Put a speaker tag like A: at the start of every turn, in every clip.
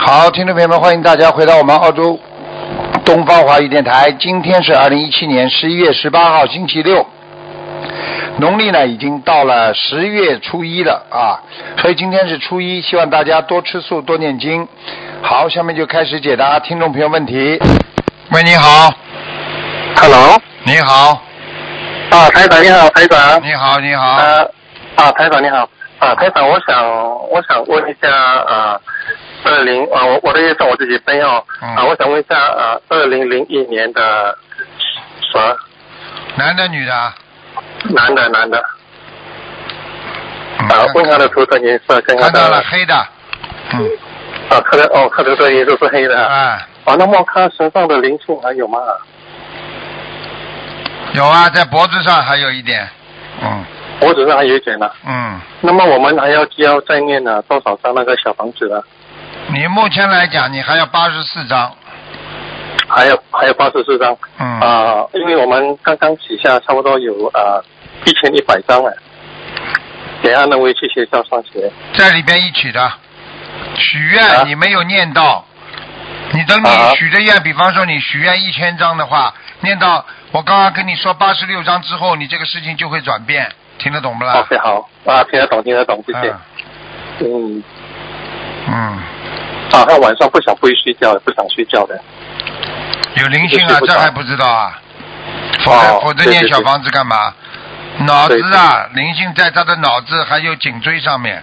A: 好，听众朋友们，欢迎大家回到我们澳洲东方华语电台。今天是二零一七年十一月十八号，星期六，农历呢已经到了十月初一了啊，所以今天是初一，希望大家多吃素，多念经。好，下面就开始解答听众朋友问题。喂，你好，
B: Hello，
A: 你好，
B: 啊，台长你好，台长，
A: 你好，你好，
B: 呃，啊，台长你好，啊，台长，我想我想问一下，啊，二零啊，我我的业障我自己背哦，
A: 嗯
B: 啊，我想问一下，啊，二零零一年的蛇，
A: 男的女的啊？
B: 男的男的，
A: 嗯
B: 啊，问他的图腾颜色跟他
A: 看到了
B: 的，
A: 黑的，嗯，
B: 啊，看的哦，看的这颜色是黑的，啊，
A: 啊，
B: 那么他身上的灵性还有吗？
A: 有啊，在脖子上还有一点，嗯
B: 脖子上还有一点呢、
A: 嗯。
B: 那么我们还要要再念呢多少张那个小房子呢？啊
A: 你目前来讲，你还要八十四张，
B: 还有还有八十四张。
A: 嗯，
B: 啊、因为我们刚刚起下差不多有啊一千一百张了，给安那位去学校上学。
A: 在里边一起的许
B: 啊
A: 愿，你没有念到。你等
B: 啊
A: 你许的愿，比方说你许愿一千张的话，念到我刚刚跟你说八十六张之后，你这个事情就会转变，听得懂不啦？啊
B: OK，好啊，听得懂，听得懂，谢谢。嗯，
A: 嗯，
B: 啊，他晚上不想不会睡觉，也不想睡觉的。
A: 嗯，有灵性啊
B: 这个睡，不
A: 这
B: 着
A: 还不知道啊？否则
B: 哦
A: 否则
B: 对
A: 念
B: 对
A: 小
B: 对
A: 房子干嘛？脑子啊，灵性在他的脑子还有颈椎上面。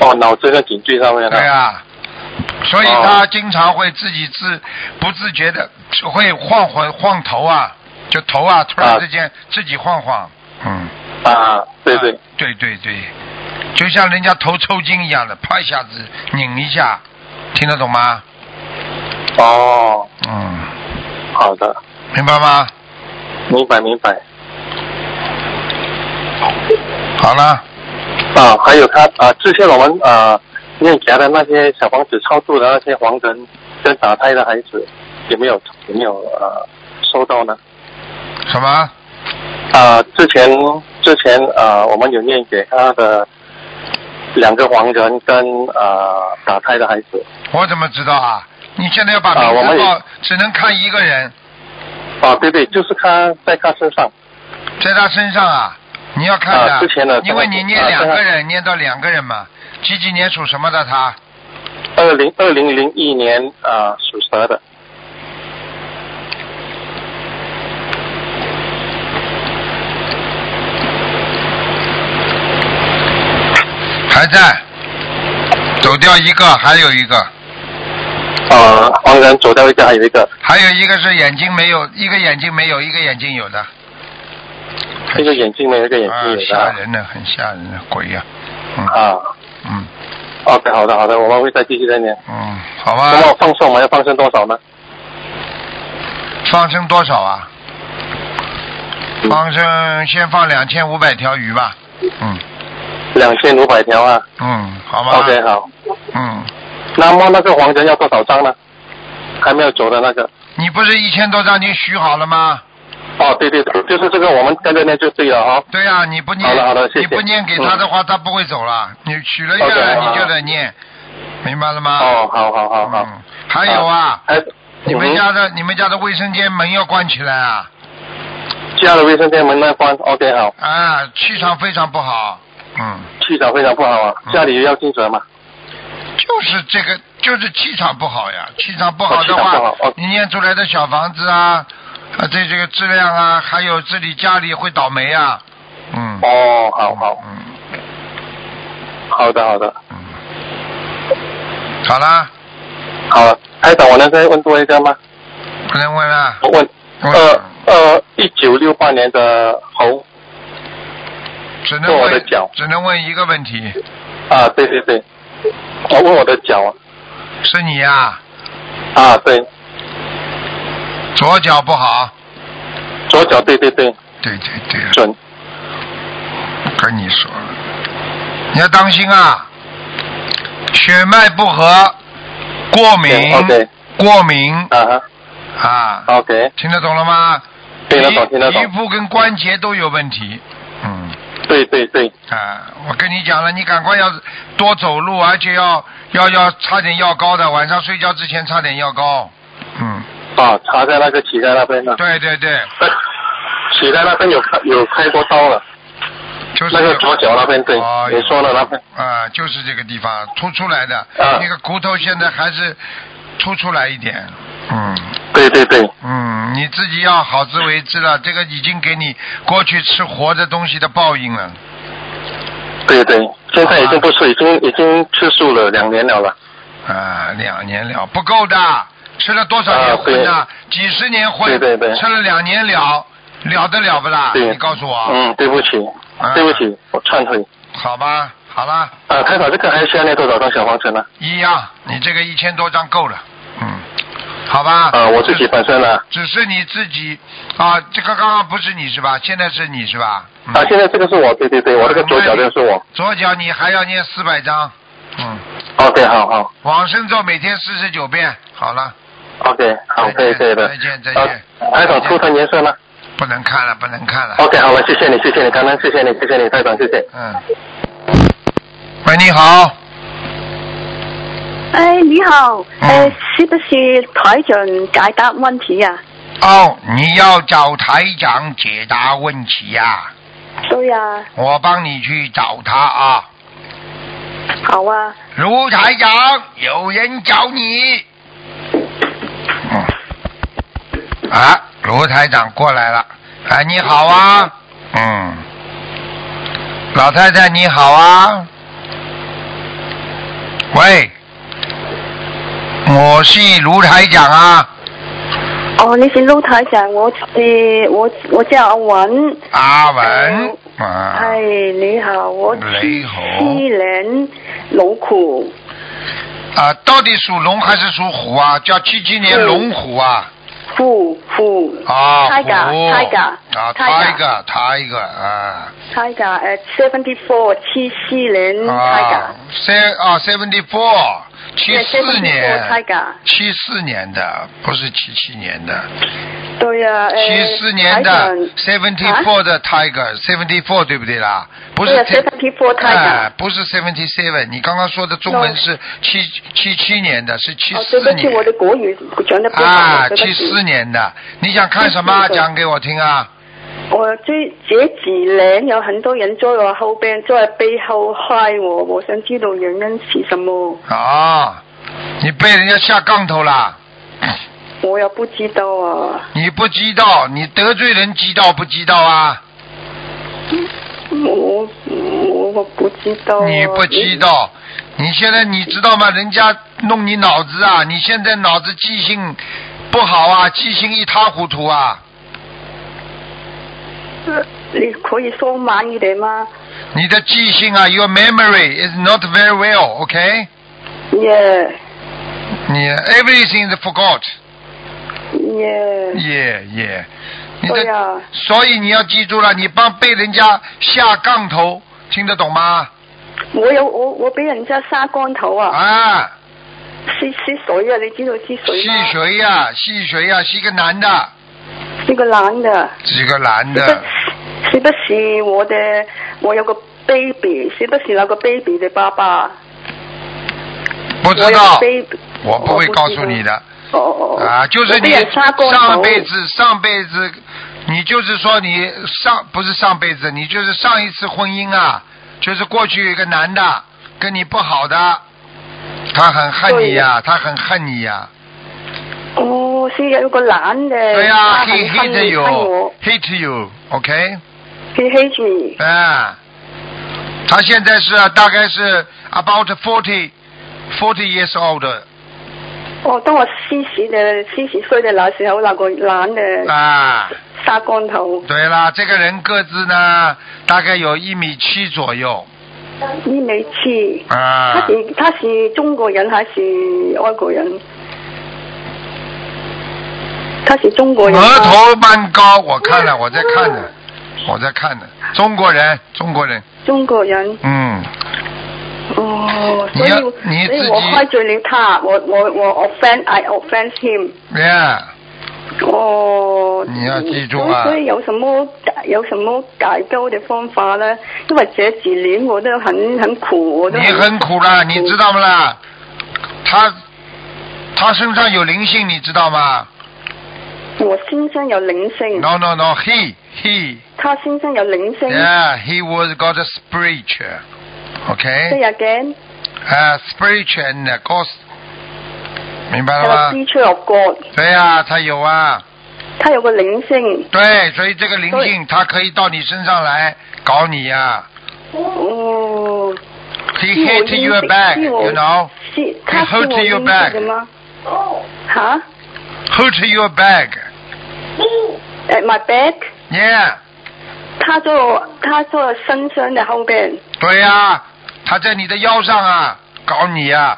B: 哦，脑子跟颈椎上面呢
A: 对。啊，所以
B: 哦
A: 他经常会自己自不自觉的会晃晃晃头啊，就头啊，突然之间自己晃晃，嗯，
B: 啊，对对
A: 啊，对对对，就像人家头抽筋一样的，啪一下子拧一下，听得懂吗？
B: 哦，
A: 嗯，
B: 好的，
A: 明白吗？
B: 明白明白。
A: 好了，
B: 啊，还有他啊，之前我们啊念给他的那些小房子超度的那些黄人跟打胎的孩子，有没有有没有啊收到呢？
A: 什么？
B: 啊，之前之前啊，我们有念给他的两个黄人跟啊打胎的孩子
A: 我怎么知道啊？你现在要把
B: 啊我
A: 名字
B: 们也
A: 报，只能看一个人，
B: 啊，对对，就是他在他身上
A: 在他身上啊，你要看的，
B: 啊之前的
A: 因为你念
B: 啊
A: 两个
B: 在他
A: 人，念到两个人嘛，几几年属什么的他？
B: 二零二零零一年啊属蛇的
A: 还在，走掉一个，还有一个，
B: 啊黄人走掉一个，还有一个
A: 还有一个是眼睛没有，一个眼睛没有，一个眼睛有的。
B: 一个眼睛没有一个眼睛有的
A: 啊，吓
B: 啊
A: 人的，很吓人的鬼呀、
B: 啊
A: 嗯
B: ，OK，好的好的，我们会再继续再念。
A: 嗯嗯，好
B: 那
A: 吧，
B: 么放生我们要放生多少呢？
A: 放生多少啊？
B: 嗯
A: 放生先放两千五百条鱼吧。嗯
B: 两千五百条啊。
A: 嗯，好吧。
B: OK，好。
A: 嗯，
B: 那么那个黄人要多少张呢？还没有走的那个。
A: 你不是一千多张已经许好了吗？
B: 哦，对对对，就是这个，啊我们跟着念就对了哈、
A: 对呀、你不念
B: 好的好的谢谢
A: 你不念给他的话，他不会走了。你许了愿
B: OK，
A: 了，
B: 好
A: 你就得念，明白了吗？
B: 哦，好好好好。
A: 啊嗯，还有啊，
B: 还
A: 你们
B: 嗯
A: 家的你们家的卫生间门要关起来啊！
B: 家的卫生间门那关，OK 好，
A: 啊，气场非常不好。嗯，
B: 气场非常不好啊，
A: 嗯
B: 家里要精神嘛。
A: 就是这个，就是气场不好呀。气场不好的
B: 哦气场不
A: 话
B: 好，哦
A: 你念出来的小房子啊，啊，对这个质量啊，还有自己家里会倒霉啊。嗯，
B: 哦，好好，
A: 嗯
B: 好的好的，
A: 嗯，好啦，
B: 好了，台长，我能再问多一个吗？
A: 不能问了。
B: 我问，
A: 我
B: 呃呃，一九六八年的猴
A: 只能
B: 做哦我的
A: 问
B: 脚，
A: 只能问一个问题，
B: 啊，对对对，我问我的脚啊。
A: 是你呀、
B: 啊，对，
A: 左脚不好，
B: 左脚，对对对，
A: 对对对，
B: 准。
A: 跟你说了，你要当心啊，血脉不和，过敏，
B: 对，OK，嗯
A: 过敏
B: 啊哈
A: 啊，
B: ，OK，
A: 听得懂了吗？
B: 听得懂，听得
A: 皮
B: 懂
A: 皮。肤跟关节都有问题，嗯，
B: 对对对，
A: 啊，我跟你讲了，你赶快要多走路，而且要要要擦点药膏的，晚上睡觉之前擦点药膏。嗯，
B: 啊，插在那个脐带那边啊了，
A: 对对对，
B: 但脐哎带那边有开有开过刀了，
A: 就是
B: 那个左脚那边对，
A: 哦
B: 你说的那边，
A: 啊，就是这个地方凸出来的，
B: 啊
A: 那个骨头现在还是凸出来一点。嗯
B: 对对对，
A: 嗯，你自己要好自为之了，这个已经给你过去吃活的东西的报应了。
B: 对对，现在已经不是，已经已经吃素了两年了了，
A: 啊，两年了不够的，吃了多少年荤
B: 啊
A: 几十年荤，
B: 对对对
A: 吃了两年了，了得了不啦？
B: 对
A: 啊你告诉我，
B: 嗯，对不起
A: 啊，
B: 对不起，我忏悔。
A: 好吧，好了，
B: 啊，太长，这个还需要念多少张小黄车呢？
A: 一样，你这个一千多张够了，嗯，好吧。
B: 啊，我自己本身呢，
A: 只是你自己啊，这个刚刚不是你是吧？现在是你是吧？嗯、
B: 啊，现在这个是我，对对对，我这个左脚这个是我。
A: 左脚你还要念四百张，嗯，
B: OK，好好
A: 往生咒每天四十九遍，好了，
B: ，OK，好，可以可以的。
A: 再见再见
B: 啊台长，出成颜色呢
A: 不能看了，不能看了，
B: ？OK，好了，谢谢你，谢谢你，刚刚谢谢你，谢谢你，台长，谢谢。
A: 嗯。喂，你好，
C: 哎，你好，哎
A: 嗯，
C: 是不是台长解答问题啊呀、
A: 哦，你要找台长解答问题呀、
C: 对呀、
A: 我帮你去找他啊。
C: 好啊，
A: 卢台长，有人找你。嗯。啊，卢台长过来了。哎，你好啊。嗯。老太太你好啊。喂，我是卢台长啊。
C: 哦，你是陆台长，我是我我叫阿文，
A: 阿文。啊。
C: 哎，你好，我
A: 你好
C: 七年老虎，
A: 啊，到底属龙还是属虎啊？叫七七年
C: 嗯
A: 龙虎啊。
C: 虎虎，
A: 啊，
C: Tiger，
A: 虎
C: Tiger，
A: 啊
C: Tiger
A: ，tiger，tiger 啊。
C: 台长，呃，seventy four，七四年台
A: 啊
C: 长，
A: ，se 啊 seventy four，七四
C: 74
A: 年，
C: 台长
A: 七四年的，不是七七年的，
C: 对呀、啊，呃，啊
A: 七四年的 seventy four 的 tiger，seventy four 对不对啦？不是
C: 对呀
A: ti-
C: 74 tiger
A: 哎不是 seventy seven，你刚刚说的中文
C: No
A: 是七七七年的，是七
C: 哦，对
A: 四
C: 不起，
A: 年
C: 我的国语讲的不好，
A: 啊，
C: 对不
A: 七
C: 起。
A: 四年的，你想看什么？
C: 74的
A: 讲给我听啊！
C: 我这这几年有很多人在我后边，在背后害我，我想知道原因是什么，
A: 啊，你被人家下杠头啦！
C: 我也不知道啊。
A: 你不知道，你得罪人知道不知道啊？
C: 我我我不知道、啊。
A: 你不知道，你现在你知道吗？人家弄你脑子啊！你现在脑子记性不好啊，记性一塌糊涂啊！
C: 你？你可以说慢一点吗
A: 你的记性啊，your memory is not very well, OK？
C: ？Yeah
A: 你 everything is forgot,
C: yeah。
A: yeah yeah。你
C: 对
A: 的，
C: 哎呀、
A: 所以你要记住了，你帮被人家下杠头，听得懂吗？
C: 我有我我俾人家杀光头啊，
A: 啊，
C: 吸吸水啊，你知道吸水
A: 吸
C: 吗？
A: 谁呀、吸谁呀、是一个男的，
C: 是个男的。
A: 是一个男
C: 是
A: 的。嗯
C: 不是不是我的，我有个 baby，是不是那个 baby 的爸爸？
A: 不
C: 我
A: 知
C: 有
A: 道
C: 个，baby，
A: 我不会告诉你的。
C: 哦哦哦。
A: 啊，就是
C: 我
A: 你
C: 被人杀过头
A: 上辈。子上辈子，你就是说你上不是上辈子，你就是上一次婚姻啊，就是过去有一个男的跟你不好的，他很恨你呀、他很恨你啊呀、
C: 哦，是有个男的。
A: 对呀、
C: 他
A: h
C: 很
A: e
C: 恨
A: hate
C: 恨我
A: you，hate you，OK，、
C: ，he hates me。
A: 啊，他现在是啊大概是 about forty forty years old
C: 哦，当我四十的四十岁的那时候，那个男的
A: 啊。
C: 杀光头，
A: 对啦，这个人个子呢，大概有一米七左右
C: 你没去。他
A: 啊。
C: 是他是中国人还是外国人？他是中国人吗。
A: 额头蛮高，我看了，我在看呢，我在看呢。中国人，中国人，
C: 中国人
A: 嗯，
C: 哦，
A: 你
C: 所以
A: 要你
C: 所
A: 自
C: 以
A: 己
C: 我开罪了他，我我我 offend I offend him，
A: 耶、yeah,，
C: 哦，
A: 你要记住啊
C: 咁所以有什么解有什么解救的方法呢？因为这几年我都很很苦，我都
A: 你很苦了，你知道不啦？他他身上有灵性，你知道吗
C: 我先生有灵性，
A: ？No no no, he he
C: 他先生有灵性，
A: yeah he was got a spiritual,
C: 即
A: okay
C: 系嘅，
A: 啊、spiritual and a cause，明白了
C: 有
A: 吗？
C: 支出入国，
A: 对呀、他有啊，
C: 他有个灵性，
A: 对，所以这个灵性他可以到你身上来搞你呀、
C: 哦，
A: He
C: 因为我
A: hit your
C: 因
A: back,
C: 因为我
A: you know,
C: 是他是我
A: hold to your
C: 应该嘅吗？吓？
A: hit your back,
C: 诶，my back，
A: yeah，
C: 他在我他在我身上嘅后边，
A: 对呀、他在你的腰上啊，搞你呀、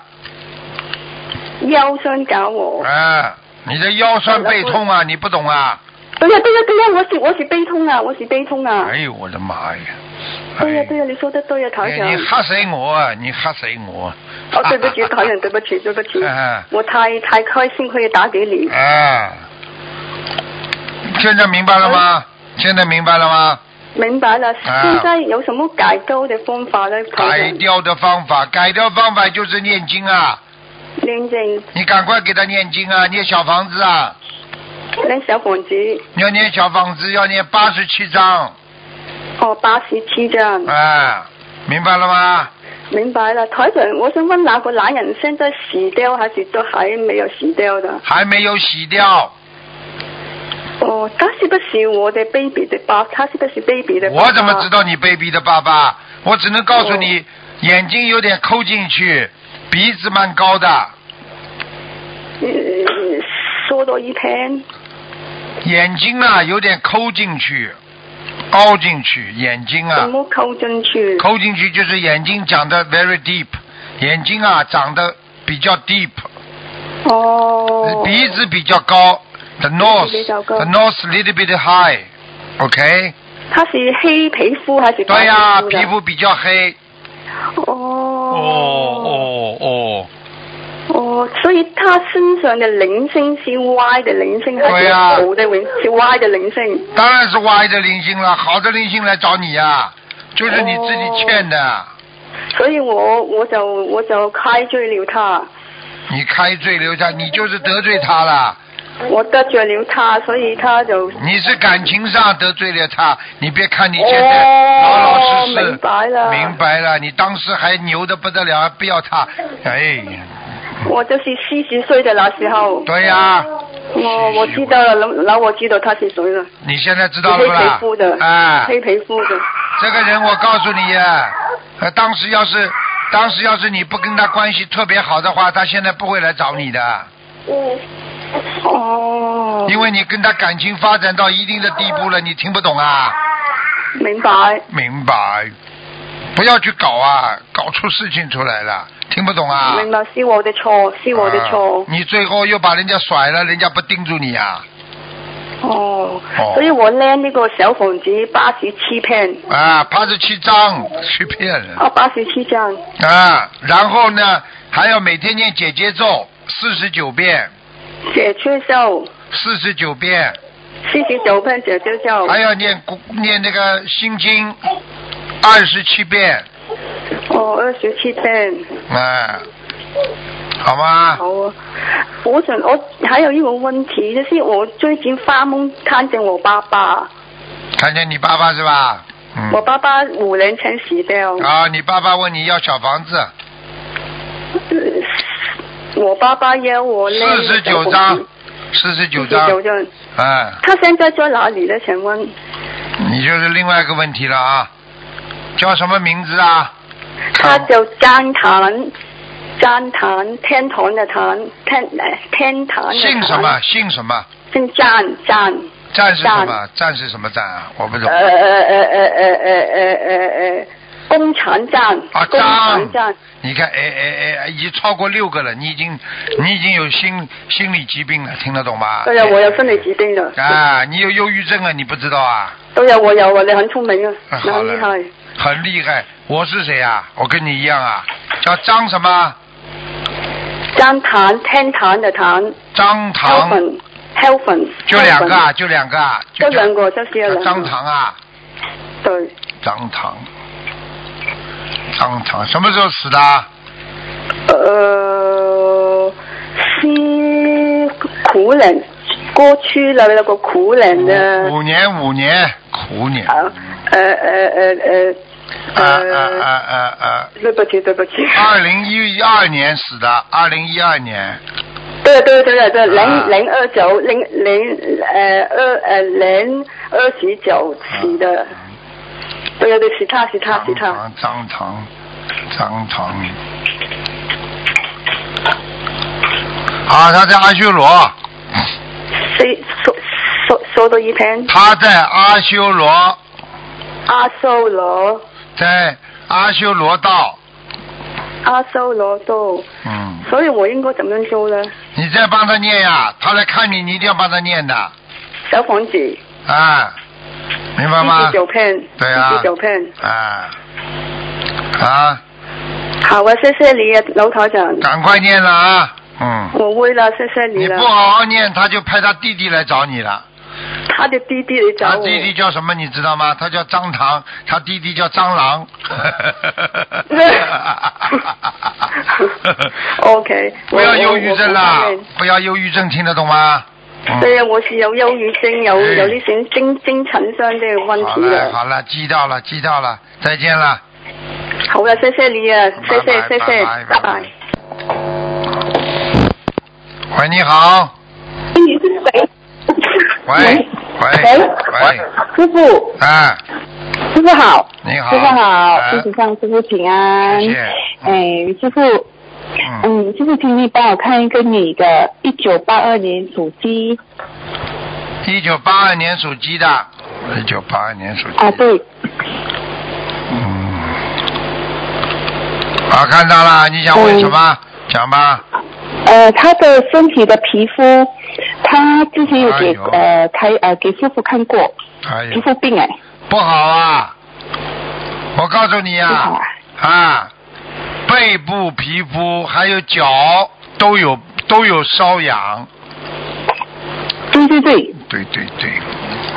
C: 腰伤搞我。
A: 啊，你的腰酸背痛啊，你不懂啊？
C: 对哎呀对呀对呀，我是我是悲痛啊，我是悲痛啊。
A: 哎呦，我的妈呀！
C: 对呀
A: 哎
C: 对呀，你说的对呀，台
A: 哎
C: 长
A: 你。吓死我啊！你吓死我！
C: 哦，对不起，台长，对不起，对不起
A: 哎，
C: 我太太开心可以打给 你。
A: 啊，现在明白了吗？
C: 嗯
A: 现在明白了吗？
C: 明白了，
A: 哎
C: 现在有什么改沟的方法呢？
A: 改
C: 台长，
A: 掉的方法，改掉方法就是念经啊！
C: 念经，
A: 你赶快给他念经啊！念小房子啊！
C: 那小房子，
A: 要念小房子，要念八十七章，
C: 哦，八十七张。
A: 啊，明白了吗？
C: 明白了，台长，我想问那个男人现在死掉还是都还没有死掉的？
A: 还没有洗掉，
C: 哦，他是不是我的 baby 的爸？他是不是 baby 的爸爸？
A: 我怎么知？道你 baby 的爸爸？我只能告诉你，眼睛有点抠进去，鼻子蛮高的，
C: 嗯、说多一天。
A: 眼睛啊有点抠进去，凹进去，眼睛啊
C: 怎么扣进去？
A: 抠进去就是眼睛长得 very deep，眼睛啊长得比较 deep，
C: 哦，
A: 鼻子比较高，the
C: 比较高
A: nose，the nose little bit high，OK、
C: 他是黑皮肤还是白
A: 对呀、
C: 肤的
A: 皮肤比较黑。哦
C: 哦
A: 哦，
C: 哦哦，所以他身上的灵性是歪的灵性，还
A: 对
C: 是
A: 呀
C: 好的灵是歪的灵性？
A: 当然是歪的灵性了，好的灵性来找你呀、就是你自己欠的，
C: 哦所以我我就我就开罪了他，
A: 你开罪留下，你就是得罪他了，
C: 我得罪了他，所以他就
A: 你是感情上得罪了他，你别看你现在
C: 哦
A: 老老实实，
C: 明白了
A: 明白了，你当时还牛的不得了，还不要他，哎，
C: 我就是四十岁的那时候，
A: 对呀、
C: 我我知道了，然然后我知道他是谁了，
A: 你现在知
C: 是
A: 道了
C: 黑
A: 不啦
C: 皮肤的？，
A: 哎，
C: 黑皮肤的，
A: 这个人，我告诉你呀、呃，当时要是当时要是你不跟他关系特别好的话，他现在不会来找你的，
C: 哦，
A: 因为你跟他感情发展到一定的地步了，你听不懂啊？
C: 明白。
A: 明白？不要去搞啊，搞出事情出来了，听不懂啊？
C: 明白，是我的错，是我的错
A: 啊。你最后又把人家甩了，人家不盯住你啊？
C: 哦
A: 哦，
C: 所以我呢，呢個小房子八十七片，
A: 啊，八十七张去骗人
C: 啊八十七张，
A: 啊！然后呢，还要每天念姐姐咒四十九遍，
C: 姐姐咒
A: 四十九遍。
C: 四十九片姐姐咒，
A: 还要念古念那个心经二十七遍，
C: 哦二十七片，
A: 哎、好吗？
C: 好啊。我想我还有一個問題，就是我最近發夢看見我爸爸，
A: 看见你爸爸是吧？
C: 我
A: 嗯。
C: 爸爸五年前死掉，
A: 啊，你爸爸问你要小房子，
C: 我爸爸要我呢
A: 四十九张，四十九
C: 九
A: 张，
C: 九张，
A: 哎、
C: 他現在在哪裡呢？請問
A: 你就是另外一个问题了啊，叫什么名字啊？
C: 他就间坛，间坛天堂嘅坛，天诶天堂嘅
A: 姓
C: 坛
A: 什么？？姓什么？
C: 姓詹詹。
A: 战是什么？战是什么战啊？我不
C: 呃
A: 懂。
C: 呃呃呃呃呃呃呃呃，工厂站。
A: 啊，
C: 工厂站
A: 张。，你看，哎哎哎，已经超过六个了，你已经，你已经有心心理疾病了，听得懂吗？哎
C: 对呀，我有心理疾病的。
A: 啊，你有忧郁症啊，你不知道啊？
C: 对呀，我有啊，你很聪明啊，
A: 啊
C: 你
A: 好
C: 很厉害
A: 了。，很厉害。我是谁啊？我跟你一样啊，叫张什么？
C: 间坛天堂嘅坛，
A: 张
C: 高
A: 唐
C: 粉 Heaven
A: 就两个啊，就两个啊，
C: 就
A: 就
C: 两个，就是有两个。
A: 张唐啊，
C: 对，
A: 张唐，张唐什么时候死的啊？
C: 呃，是苦人，过去那个苦人的
A: 五五年五年哦苦年。
C: 啊，呃呃呃
A: 呃
C: 呃
A: 呃
C: 呃，
A: 呃呃，
C: 对不起对不起，
A: 二零一二年死的，二零一二年，
C: 对对对对对，
A: 啊
C: 零零二九零零呃二呃零二十九期的，对对对，是他是他
A: 张
C: 是他，
A: 唐张唐张唐，啊，他在阿修罗，
C: 谁收收收到一篇
A: 他在阿修罗，
C: 阿修罗
A: 在阿修罗道，
C: 阿修罗道，
A: 嗯，
C: 所以我应该怎么样做呢？
A: 你再帮他念呀，他来看你，你一定要帮他念的，
C: 小房子一
A: 啊，明白吗
C: 十？九篇，
A: 对啊
C: 一十九篇，
A: 啊，啊，
C: 好啊，谢谢你啊，老台长，
A: 赶快念了啊，嗯。
C: 我会了，谢谢你
A: 你
C: 了
A: 不。好好念，他就派他弟弟来找你了。
C: 他的弟弟来
A: 他
C: 找我，
A: 弟弟叫什么？你知道吗？他叫张唐，他弟弟叫蟑螂。
C: 哦 OK，
A: 不要忧郁症啦
C: 我我我不会！
A: 不要忧郁症，听得懂吗？嗯
C: 对啊，我是有忧郁症，有
A: 哎
C: 有呢种精精神上嘅问
A: 好
C: 题
A: 了
C: 嘅。
A: 好了，记到了记到了，再见了。
C: 好啊，谢谢你啊，谢谢
A: 拜拜
C: 谢谢
A: 拜，拜
C: 拜拜。
A: 喂，你好。
D: 喂，
A: 喂
D: 喂
A: 喂
D: 师傅，
A: 喂，啊，
D: 师傅好，
A: 你好。
D: 师傅好，
A: 哎
D: 弟子向师傅请安。
A: 谢谢
D: 哎，师傅，
A: 嗯，
D: 嗯，师傅，请你帮我看一个女的，一九八二年属鸡
A: 一九八二年属鸡的，一九八二年属鸡。
D: 啊，对，
A: 嗯，啊，看到了，你想问什么？
C: 嗯
A: 讲吧。
D: 呃，她的身体的皮肤，她之前有
A: 哎
D: 给、
A: 呦
D: 呃开呃给师傅看过
A: 哎
D: 皮
A: 呦，
D: 肤病哎，
A: 不好啊！我告诉你
D: 不好
A: 啊，啊，背部皮肤还有脚都有都有瘙痒。
D: 对对对，
A: 对对对，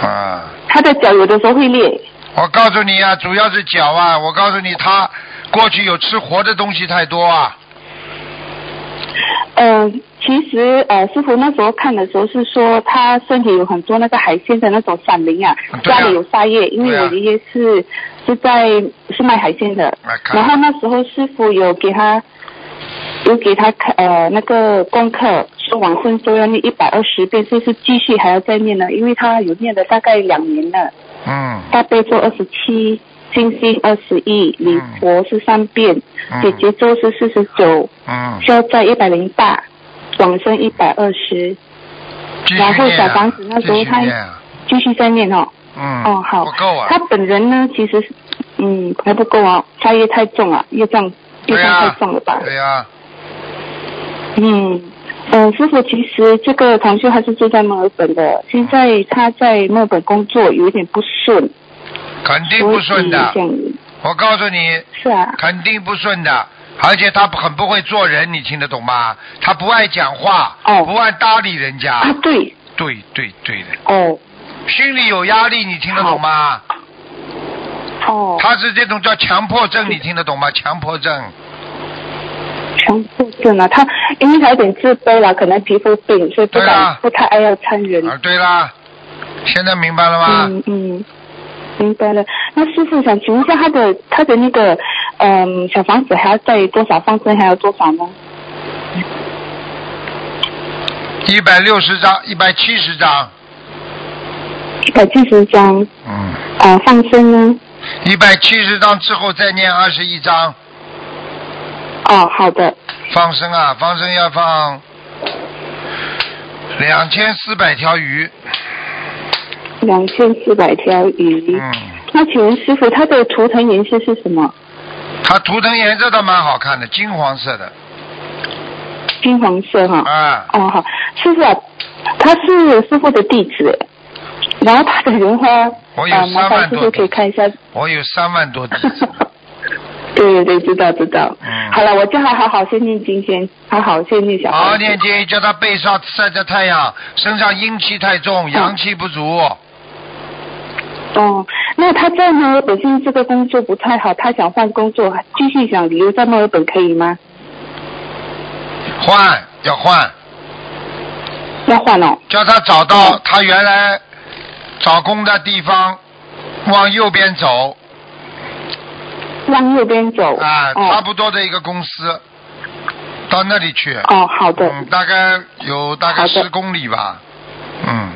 A: 啊，
D: 她的脚有的时候会裂，
A: 我告诉你啊，主要是脚啊，我告诉你，他过去有吃活的东西太多啊。
D: 嗯，其实呃，师傅那时候看的时候是说他身体有很多那个海鲜的那种闪灵啊，
A: 对啊
D: 家里有沙叶，因为
A: 对啊
D: 我爷爷是、是在是卖海鲜的
A: 哎，看
D: 然后那时候师傅有给他有给他看呃那个功课，说往生咒要念一百二十遍，是不是继续还要再念呢？因为他有念了大概两年了，
A: 嗯
D: 大悲咒二十七。心经二十一，礼
A: 嗯
D: 佛是三遍，
A: 嗯
D: 姐姐咒是四十九，
A: 嗯，
D: 消灾一百零八，往生一百二十，
A: 继续
D: 然后
A: 念
D: 小
A: 啊
D: 房子，那
A: 继
D: 时候
A: 续
D: 他
A: 念啊。
D: 继续再念哦。
A: 嗯，
D: 哦，好。
A: 不够啊。
D: 他本人呢，其实是嗯还不够啊，他业太重了，业障业
A: 对呀、啊
D: 障太重了吧？
A: 对啊呀、
D: 嗯。呃，师傅，其实这个同修他是住在墨尔本的，现在他在墨尔本工作有一点不顺，
A: 肯定哎不顺的
D: 所。以
A: 我告诉你，
D: 是啊，
A: 肯定不顺的。而且他很不会做人，你听得懂吗？他不爱讲话，
D: 哦
A: 不爱搭理人家。
D: 啊对，
A: 对对对的，
D: 哦
A: 心里有压力，你听得懂吗？
D: 哦，
A: 他是这种叫强迫症，你听得懂吗？强迫症。
D: 强迫症啊，他因为他有点自卑了，可能皮肤病，所以不
A: 对
D: 敢、
A: 啊
D: 不太爱要参人。
A: 啊，对啦，现在明白了吗？
D: 嗯嗯，明白了。那师傅想请问一下，他的他的那个嗯小房子还要再多少放生，还有多少呢？
A: 一百六十张，一百七十张，
D: 一百七十张，
A: 嗯，
D: 呃，放生呢？
A: 一百七十张之后再念二十一张，
D: 哦，好的，
A: 放生啊，放生要放两千四百条鱼。
D: 两千四百条鱼。
A: 嗯，
D: 那请问师傅，他的图腾颜色是什么？
A: 它图腾颜色倒蛮好看的，金黄色的。
D: 金黄色哈、
A: 啊，
D: 哦，好，师傅、啊，他是师傅的弟子，然后他的人花，
A: 我有
D: 呃，麻
A: 3万
D: 烦师
A: 多
D: 傅可以
A: 弟子
D: 看一下。
A: 我有三万多只。
D: 对对对，知道知道。
A: 嗯
D: 好了，我叫他好好先念经先，好好先念小
A: 好
D: 房
A: 好
D: 子。
A: 念经，叫他背上晒着太阳，身上阴气太重，
D: 嗯
A: 阳气不足。
D: 哦，那他在墨尔本现在这个工作不太好，他想换工作，继续想留在墨尔本可以吗？
A: 换要换，
D: 要换哦。
A: 叫他找到他原来找工的地方，往右边走
D: 往右边走。
A: 啊，差
D: 哦
A: 不多的一个公司，到那里去。
D: 哦，好的，
A: 嗯，大概有大概
D: 好的
A: 十公里吧。嗯，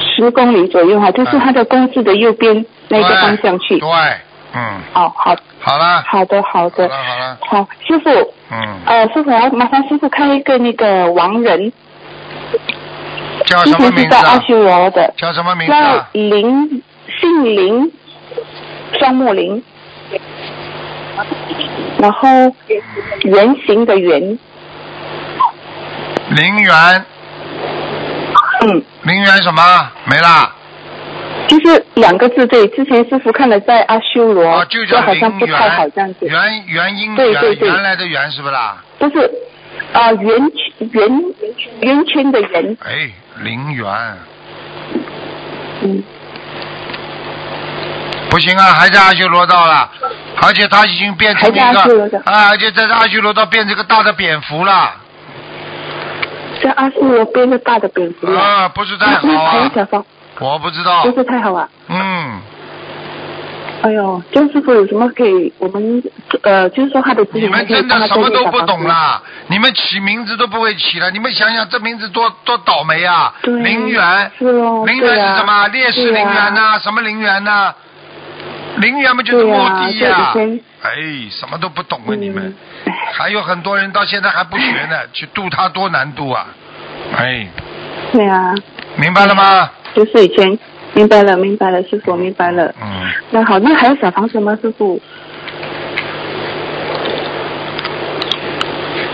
D: 十公里左右哈，就是他的公司的右边那个方向去
A: 对。对，嗯嗯，
D: 哦，好，
A: 好了，
D: 好的，好
A: 好
D: 的，
A: 了，好了，
D: 好，师傅，
A: 嗯，
D: 呃，师傅，我要麻烦师傅看一个那个亡人，
A: 叫
D: 之
A: 什么
D: 前
A: 名
D: 是
A: 字
D: 在阿
A: 啊？
D: 修罗的，
A: 叫什么名字
D: 叫
A: 啊？
D: 林，姓林，双木林，然后圆形的圆，
A: 林园，
D: 嗯，
A: 林园什么？没啦。
D: 就是两个字对，之前师傅看了在阿修罗，
A: 啊，就叫
D: 好
A: 林
D: 像不太好这样
A: 园，
D: 子，
A: 原原因
D: 对对
A: 原
D: 对
A: 原来的原是不啦？
D: 不是，啊、圆圈圆圆圈的圆，
A: 哎，林园
D: 嗯，
A: 不行啊，还是阿修罗道了，而且他已经变成一
D: 还是阿修罗
A: 个
D: 道
A: 啊，而且在这阿修罗道变成个大的蝙蝠了
D: 在阿修罗编的大的蝙蝠啊，
A: 啊，不是太
D: 那
A: 好
D: 那还有
A: 啊，
D: 小方，
A: 我不知道
D: 不，是太好啊。
A: 嗯，
D: 哎呦，江师傅有什么可以我们呃，就是说他的咨
A: 你
D: 询
A: 们
D: 可以
A: 真
D: 帮
A: 的
D: 他
A: 什
D: 做
A: 么
D: 一
A: 都
D: 个
A: 不
D: 小
A: 懂啦，你们起名字都不会起了，你们想想这名字多多倒霉啊，
D: 对
A: 林园，
D: 是哦
A: 陵园
D: 对啊
A: 是什么？烈士陵园呐、什么陵园呐、陵园不就是墓地
D: 对
A: 呀、
D: 啊就以前
A: 哎，什么都不懂啊
D: 嗯
A: 你们，
D: 哎
A: 还有很多人到现在还不学 呢，去度他多难度啊！哎，
D: 对啊，
A: 明白了吗？
D: 就是以前明白了，明白了，师傅明白了。
A: 嗯，
D: 那好，那还有小房子吗，师傅？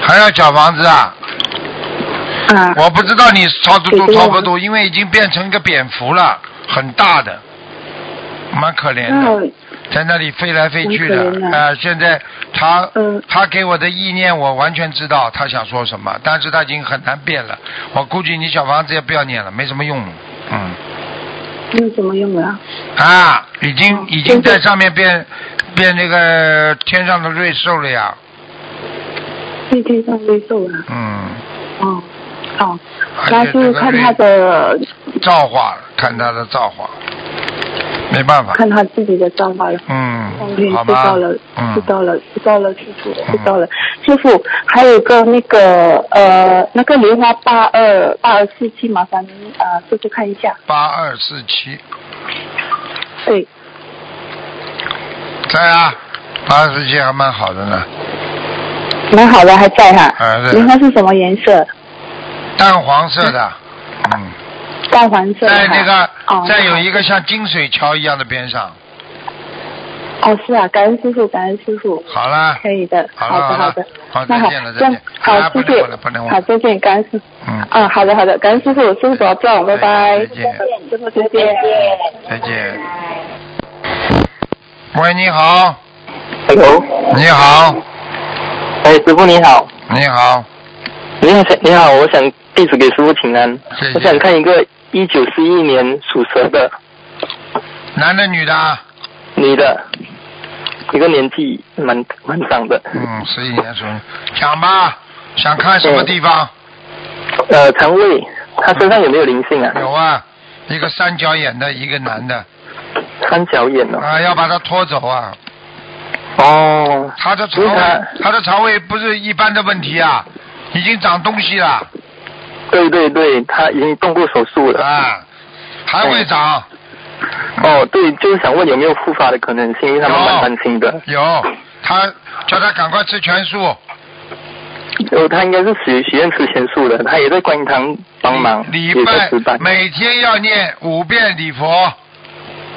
A: 还要小房子啊？
D: 啊，
A: 我不知道你超度
D: 给
A: 度
D: 多
A: 超
D: 少
A: 不度，因为已经变成一个蝙蝠了，很大的，蛮可怜
D: 那
A: 的，在那里飞来飞去
D: 嗯很可
A: 的。
D: 怜
A: 啊、
D: 的
A: 现在他、
D: 嗯
A: 他给我的意念，我完全知道他想说什么，但是他已经很难变了。我估计你小房子也不要念了，没什么用了。嗯，
D: 那怎么用啊？
A: 啊，已经已经
D: 现在
A: 在上面变变那个天上的瑞兽了呀。
D: 对天上微寿啊。
A: 嗯，
D: 哦，哦，
A: 而
D: 那
A: 且
D: 就
A: 这
D: 是
A: 个
D: 看
A: 瑞
D: 他的，
A: 造化了，看他的造化，没办法。
D: 看他自己的造化了。
A: 嗯，
D: 嗯，
A: 好
D: 知
A: 吧，
D: 道了，
A: 嗯，
D: 知道了，知道了，师傅，
A: 嗯
D: 知道了，师傅，还有个那个呃，那个莲花八二八二四七，麻烦您啊、呃，师傅看一下，
A: 八二四七，
D: 对，
A: 在啊，八二四七还蛮好的呢，
D: 蛮好的，还在哈。
A: 啊对
D: 莲花是什么颜色？
A: 淡黄色的，嗯，
D: 淡黄色。
A: 在那个
D: 哈哦，
A: 在有一个像金水桥一样的边上，
D: 哦，是啊，感恩师傅，感恩师傅。
A: 好了，
D: 可以的，
A: 好
D: 好
A: 了
D: 的
A: 好了
D: 的，
A: 好
D: 那
A: 再
D: 好，
A: 见了
D: 这样
A: 再见啊
D: 好，
A: 不
D: 谢
A: 能
D: 谢
A: 问了不能问，了
D: 好，再见，感恩师傅，
A: 嗯
D: 嗯，好的好的，感恩师傅，师傅保重，拜拜，
A: 再见
D: 师傅再见。
A: 再见。喂，你好，
B: Hello，
A: 你好，
B: 哎，师傅你好，
A: 你好，
B: 你好，你好，我想弟子给师傅请安
A: 谢谢
B: 我想看一个一九四一年属蛇的
A: 男的女的啊？
B: 女的，一个年纪蛮蛮长的，
A: 嗯，十一年属，讲吧，想看什么地方？
B: 呃，肠胃，她身上有没有灵性啊？
A: 有啊，一个三角眼的，一个男的，
B: 三角眼哦。
A: 啊，要把他拖走啊，
B: 哦，
A: 他的肠
B: 因为
A: 胃
B: 他，
A: 他的肠胃不是一般的问题啊，已经长东西了
B: 对对对，她已经动过手术了。
A: 啊，还会长，
B: 嗯哦，对，就是想问有没有复发的可能性，因为他们蛮担心的。
A: 有，他叫他赶快吃全素，
B: 哦，他应该是许许愿吃全素的，他也在观音堂帮忙，
A: 礼
B: 也在
A: 拜
B: 值班，
A: 每天要念五遍礼佛，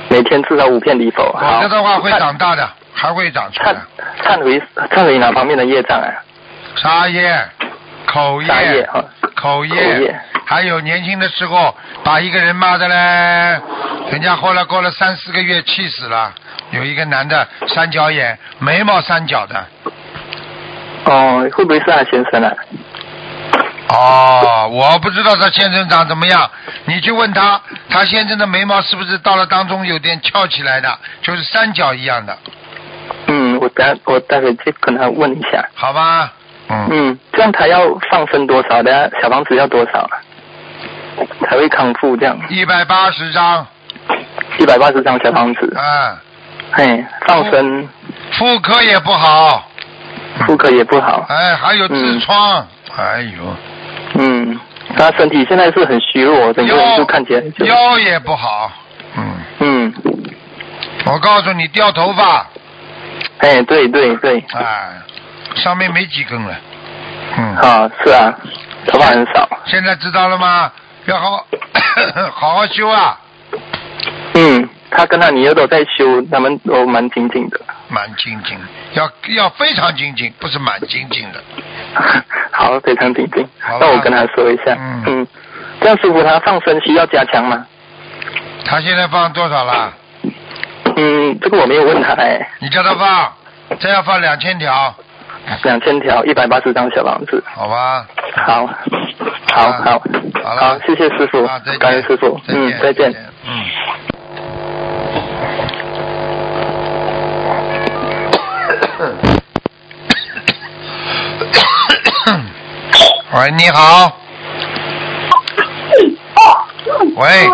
B: 每天至少五片礼佛。
A: 否
B: 好，
A: 则的话会长大的，还会长出
B: 忏
A: 来。
B: 忏悔忏悔哪方面的业障啊？
A: 沙业、口
B: 杀业
A: 业、
B: 啊，
A: 口
B: 口
A: 业
B: 业，
A: 还有年轻的时候把一个人骂的嘞，人家后来过了三四个月气死了。有一个男的三角眼，眉毛三角的，
E: 哦，会不会是他先生啊？
A: 哦，我不知道他先生长怎么样，你去问他，他先生的眉毛是不是到了当中有点翘起来的，就是三角一样的，
E: 嗯，我待我待会去跟他问一下。
A: 好吧？嗯，
E: 嗯，这样他要上升多少？等下小房子要多少啊？才会康复这样？
A: 一百八十张，
E: 一百八十张小房子，
A: 嗯，
E: 嘿，上升
A: 妇科也不好，
E: 妇科也不好，
A: 哎，还有痔疮，哎呦，
E: 嗯，他身体现在是很虚弱，整个人就看起来就
A: 腰，腰也不好，嗯，
E: 嗯，
A: 我告诉你，掉头发，
E: 哎，对对对，
A: 哎，上面没几根了，嗯，
E: 啊，是啊，头发很少，
A: 现在知道了吗？要好 好好修啊，
E: 嗯，他跟他女儿都在修，他们都蛮精进的。
A: 蛮精进，要要非常精进，不是蛮精进的。
E: 好，非常精进
A: 好。吧
E: 那我跟他说一下，
A: 嗯
E: 嗯，这样师傅他上身需要加强吗？
A: 他现在放多少了？
E: 嗯，这个我没有问他哎。
A: 你叫他放，再要放两千条，
E: 两千条，一百八十张小房子。
A: 好吧？
E: 好，好，
A: 啊
E: 好，
A: 好了
E: 谢谢师傅
A: 啊，再，见，
E: 感恩师傅，
A: 再
E: 嗯
A: 见，，
E: 再见。。
A: 嗯。嗯 喂，你好。喂。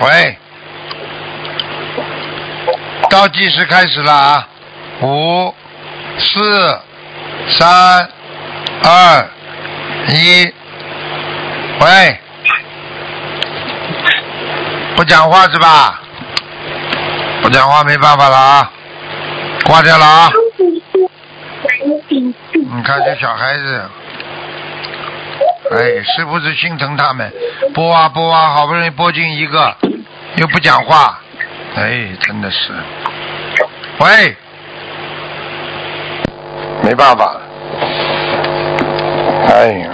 A: 喂。倒计时开始了啊！五、四、三、二、一。喂。不讲话是吧？不讲话没办法了啊，挂掉了啊！你看这小孩子，哎，是不是心疼他们？播啊播啊，好不容易播进一个，又不讲话，哎，真的是。喂，没办法了，哎呀，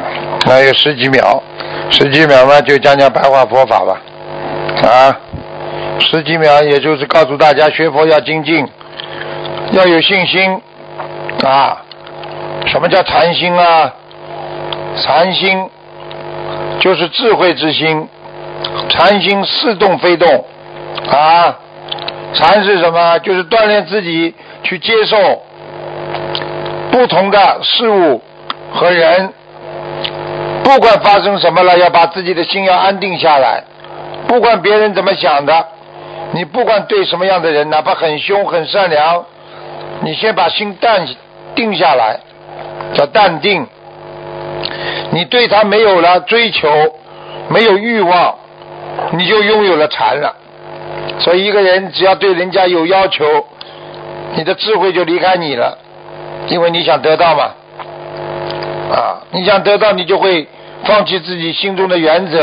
A: 还有十几秒，十几秒嘛，就讲讲白话佛法吧，啊，十几秒也就是告诉大家学佛要精进，要有信心，啊，什么叫禅心啊？禅心就是智慧之心，禅心似动非动，啊，禅是什么？就是锻炼自己去接受不同的事物和人，不管发生什么了，要把自己的心要安定下来，不管别人怎么想的，你不管对什么样的人，哪怕很凶很善良，你先把心淡定下来，叫淡定。你对他没有了追求，没有欲望，你就拥有了禅了。所以一个人只要对人家有要求，你的智慧就离开你了，因为你想得到嘛。啊，你想得到，你就会放弃自己心中的原则。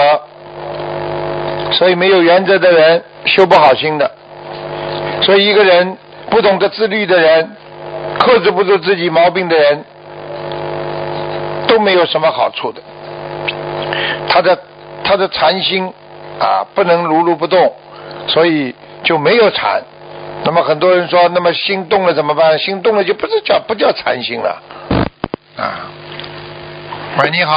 A: 所以没有原则的人修不好心的。所以一个人不懂得自律的人，克制不住自己毛病的人，都没有什么好处的。他的他的禅心啊，不能如如不动，所以就没有禅。那么很多人说，那么心动了怎么办？心动了就不是叫不叫禅心了啊。喂，你好，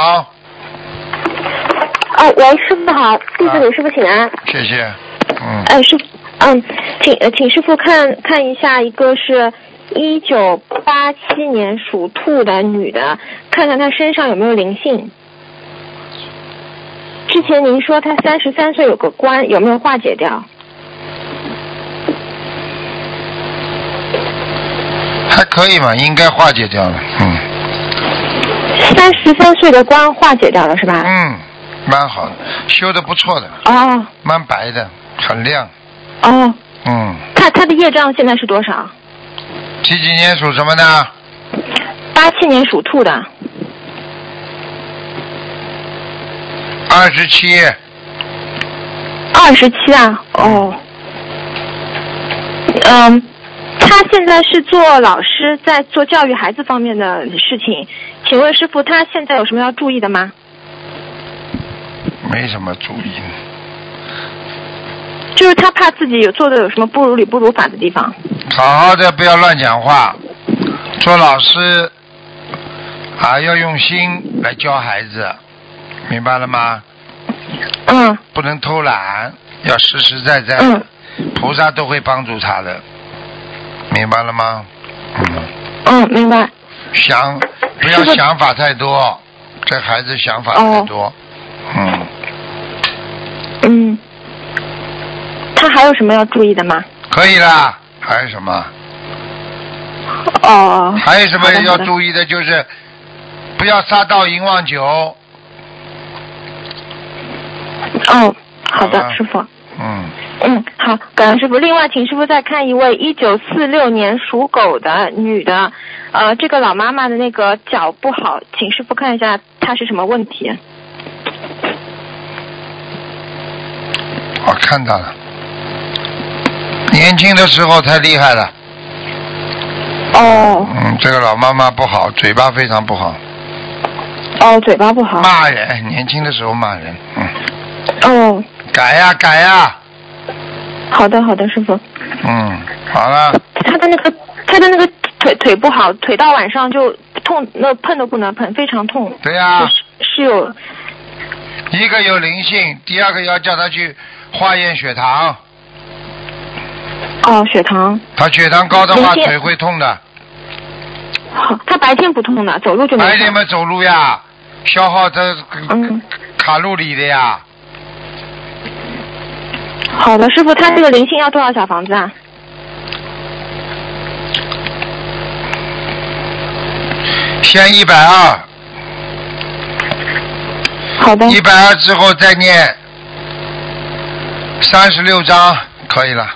F: 啊，喂，师傅好，弟子给师傅请安。
A: 谢谢，嗯，
F: 呃，师傅，嗯，请呃请师傅看看一下，一个是一九八七年属兔的女的，看看她身上有没有灵性。之前您说她三十三岁有个关，有没有化解掉？
A: 还可以嘛，应该化解掉了，嗯
F: 三十三岁的关化解掉了是吧？
A: 嗯，蛮好的，修的不错的，
F: 哦
A: 蛮白的，很亮，
F: 哦，
A: 嗯，
F: 她她的业障现在是多少？
A: 几几年属什么的？
F: 八七年属兔的，
A: 二十七，
F: 二十七啊，哦，嗯，他现在是做老师，在做教育孩子方面的事情。请问师傅，他现在有什么要注意的吗？
A: 没什么注意，
F: 就是他怕自己有做的有什么不如理不如法的地方。
A: 好好的，不要乱讲话，做老师啊，要用心来教孩子，明白了吗？
F: 嗯
A: 不能偷懒，要实实在在。
F: 嗯
A: 菩萨都会帮助他的，明白了吗？嗯。
F: 嗯，明白。
A: 想不要想法太多，这孩子想法太多。
F: 哦
A: 嗯，
F: 嗯，他还有什么要注意的吗？
A: 可以啦。还有什么？
F: 哦，
A: 还有什么
F: 好的
A: 要
F: 好的
A: 注意的？就是不要杀到淫妄酒。
F: 哦，好
A: 好
F: 的，
A: 了
F: 师傅。
A: 嗯，
F: 嗯，好，感恩师傅。另外，请师傅再看一位一九四六年属狗的女的，呃，这个老妈妈的那个脚不好，请师傅看一下她是什么问题。
A: 我看到了。年轻的时候太厉害了，
F: 哦
A: 嗯，这个老妈妈不好，嘴巴非常不好，
F: 哦，嘴巴不好。
A: 骂人，年轻的时候骂人，嗯，
F: 哦，
A: 改呀、改呀、
F: 好的好的，师傅。
A: 嗯，好了，
F: 她的那个她的那个腿腿不好，腿到晚上就痛，那碰都不能碰，非常痛。
A: 对呀、
F: 就是是有
A: 一个有灵性，第二个要叫他去化验血糖，
F: 哦血糖，
A: 他血糖高的话
F: 明天
A: 腿会痛的，
F: 好，她白天不痛的，走路就没
A: 白
F: 事。
A: 天嘛走路呀，消耗这
F: 嗯，
A: 卡路里的呀，
F: 好的，师傅，她这个灵性要多少小房子啊？
A: 先一百二，
F: 好的，
A: 一百二之后再念三十六章，可以了，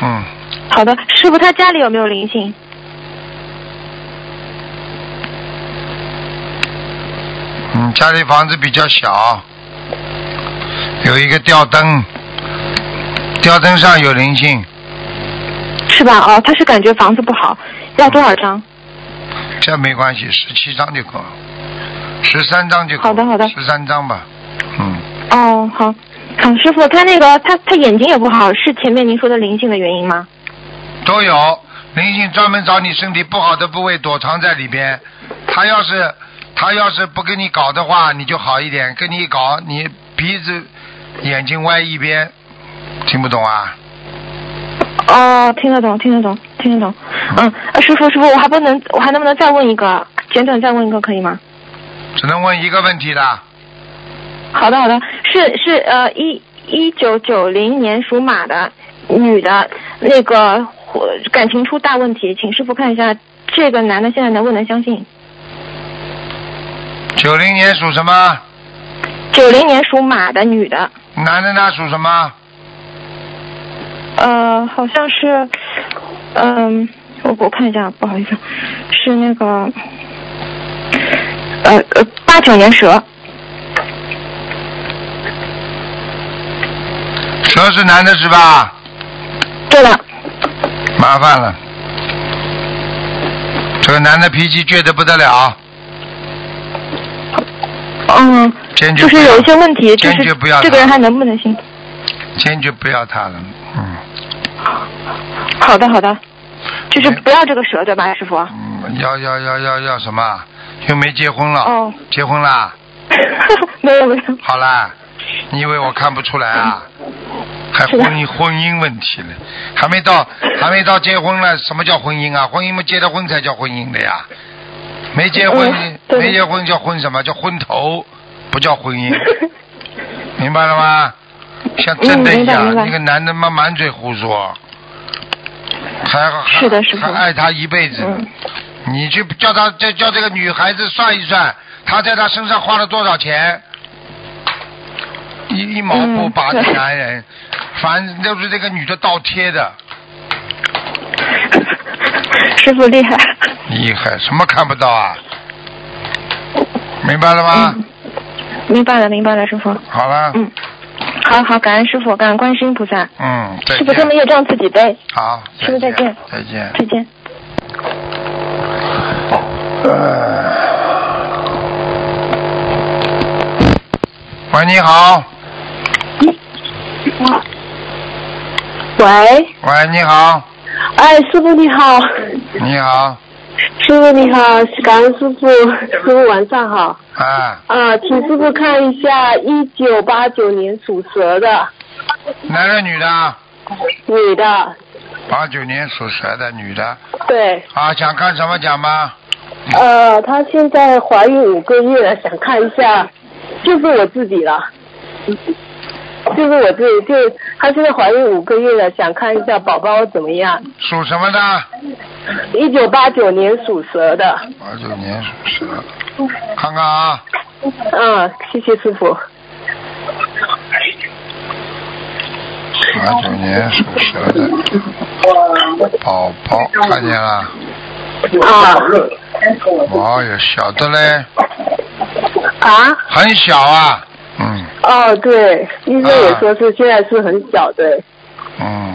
A: 嗯，
F: 好的，师傅，他家里有没有灵性？
A: 嗯，家里房子比较小，有一个吊灯，吊灯上有灵性，
F: 是吧？哦，他是感觉房子不好，要多少张？
A: 这没关系，十七章就够了，十三章就够了，
F: 好的好的
A: 十三章吧，嗯，
F: 哦，好，好，师傅，他那个他他眼睛也不好，是前面您说的灵性的原因吗？
A: 都有灵性专门找你身体不好的部位躲藏在里边，他要是他要是不跟你搞的话，你就好一点，跟你一搞，你鼻子眼睛歪一边，听不懂啊？
F: 哦，听得懂，听得懂，听得懂。嗯，呃师傅，师傅，我还不能，我还能不能再问一个？简短再问一个可以吗？
A: 只能问一个问题的，
F: 好的，好的，是是呃一一九九零年属马的女的，那个呃感情出大问题，请师傅看一下这个男的现在能不能相信？
A: 九零年属什么？
F: 九零年属马的女的，
A: 男的呢属什么？
F: 呃，好像是，嗯、我我看一下，不好意思，是那个，呃呃，八九年蛇，
A: 蛇是男的是吧？
F: 对了，
A: 麻烦了，这个男的脾气倔得不得了，
F: 嗯，
A: 坚决
F: 就是有一些问题，就
A: 坚决
F: 是
A: 不要
F: 这个人还能不能信？
A: 坚决不要他了。嗯
F: 好的好的，就是不要这个蛇对吧，师傅？
A: 嗯，要要要要要什么？又没结婚了？
F: 哦，
A: 结婚啦？
F: 没有没有，
A: 好啦，你以为我看不出来啊？还
F: 嗯是
A: 婚
F: 的
A: 姻婚姻问题呢？还没到还没到结婚呢？什么叫婚姻啊？婚姻嘛，结了婚才叫婚姻的呀。没结婚，
F: 嗯对
A: 没结婚叫婚什么？叫婚头，不叫婚姻。明白了吗？像真的一
F: 嗯
A: 样，
F: 明白明白
A: 那个男的嘛满嘴胡说，还还
F: 是的是的
A: 还爱他一辈子呢。
F: 嗯
A: 你去叫他叫叫这个女孩子算一算，他在他身上花了多少钱？一一毛不
F: 嗯
A: 拔的
F: 对
A: 男人，凡都是这个女的倒贴的，
F: 师傅厉害，
A: 厉害，什么看不到啊？明白了吗？
F: 嗯明白了明白了，师傅，
A: 好了，
F: 嗯，好好，感恩师傅，感恩观世音菩萨，
A: 嗯，再
F: 师傅他们
A: 见，嗯
F: 业障自己背，
A: 好，
F: 师傅再见，
A: 再见。
F: 再见。
A: 喂，你好。
E: 喂，
A: 喂，你好，
E: 哎，师傅你好，
A: 你好，
D: 师傅你好，感恩师傅，师傅晚上好。
A: 啊，
D: 啊，请师傅看一下一九八九年属蛇的
A: 男的女的？
D: 女的，
A: 八九年属蛇的女的
D: 对，
A: 啊，想看什么讲吗？
D: 呃，她现在怀孕五个月了，想看一下，就是我自己了，就是我自己，就她现在怀孕五个月了，想看一下宝宝怎么样。
A: 属什么的？
D: 一九八九年属蛇的，
A: 八九年属蛇的，看看啊，
D: 嗯，谢谢师傅。
A: 八九年属蛇的宝宝，看见了？
D: 啊
A: 哦哟，小的嘞，
D: 啊，
A: 很小啊，嗯
D: 哦，对，医生也说是现在是很小的，
A: 嗯，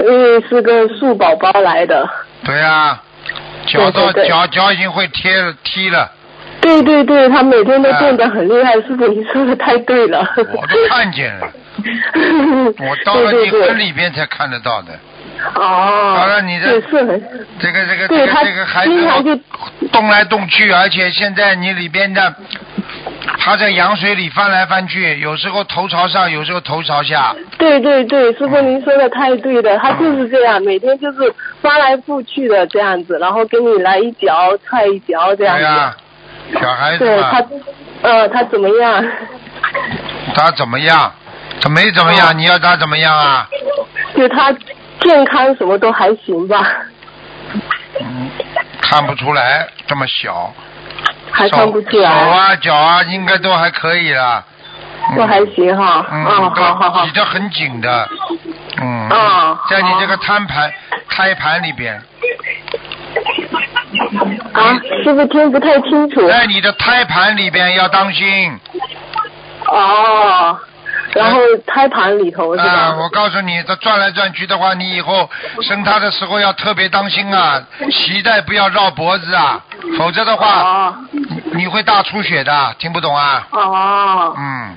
D: 因为是个树宝宝来的。
A: 对呀、脚到
D: 对对对
A: 脚脚已经会贴了踢了，
D: 对对对，他每天都变得很厉害，师傅你说的太对了。
A: 啊我都看见了，我到了
D: 对
A: 你
D: 对
A: 很
D: 对，
A: 里边才看得到的。
D: 哦，
A: 当然你的
D: 对是很，
A: 这个这个这
D: 对
A: 个
D: 他
A: 这个孩
D: 经常就
A: 子动来动去，而且现在你里边的，他在羊水里翻来翻去，有时候头朝上，有时候头朝下。
D: 对对对，师
A: 嗯
D: 傅您说的太对了，他就是这样，每天就是翻来覆去的这样子，然后给你来一脚踹一脚这
A: 对
D: 样子。
A: 哎呀、小孩子
D: 对
A: 嘛
D: 他，，呃，他怎么样？
A: 他怎么样？他没怎么
D: 哦
A: 样，你要他怎么样啊？
D: 就他健康什么都还行吧，
A: 嗯，看不出来，这么小，
D: 还看不出
A: 手手
D: 来，
A: 啊脚啊，应该都还可以啦。嗯
D: 都还行哈。
A: 嗯，
D: 哦，好好好
A: 挤。得很紧的，嗯，
D: 哦
A: 在你这个
D: 好
A: 胎盘胎盘里边，嗯
D: 啊，师傅听不太清楚。
A: 在你的胎盘里边要当心
D: 哦，然后胎盘里头
A: 哎啊、
D: 是吧？
A: 我告诉你，它转来转去的话，你以后生它的时候要特别当心啊，脐带不要绕脖子啊，否则的话，
D: 哦
A: 你你会大出血的，听不懂啊？
D: 哦
A: 嗯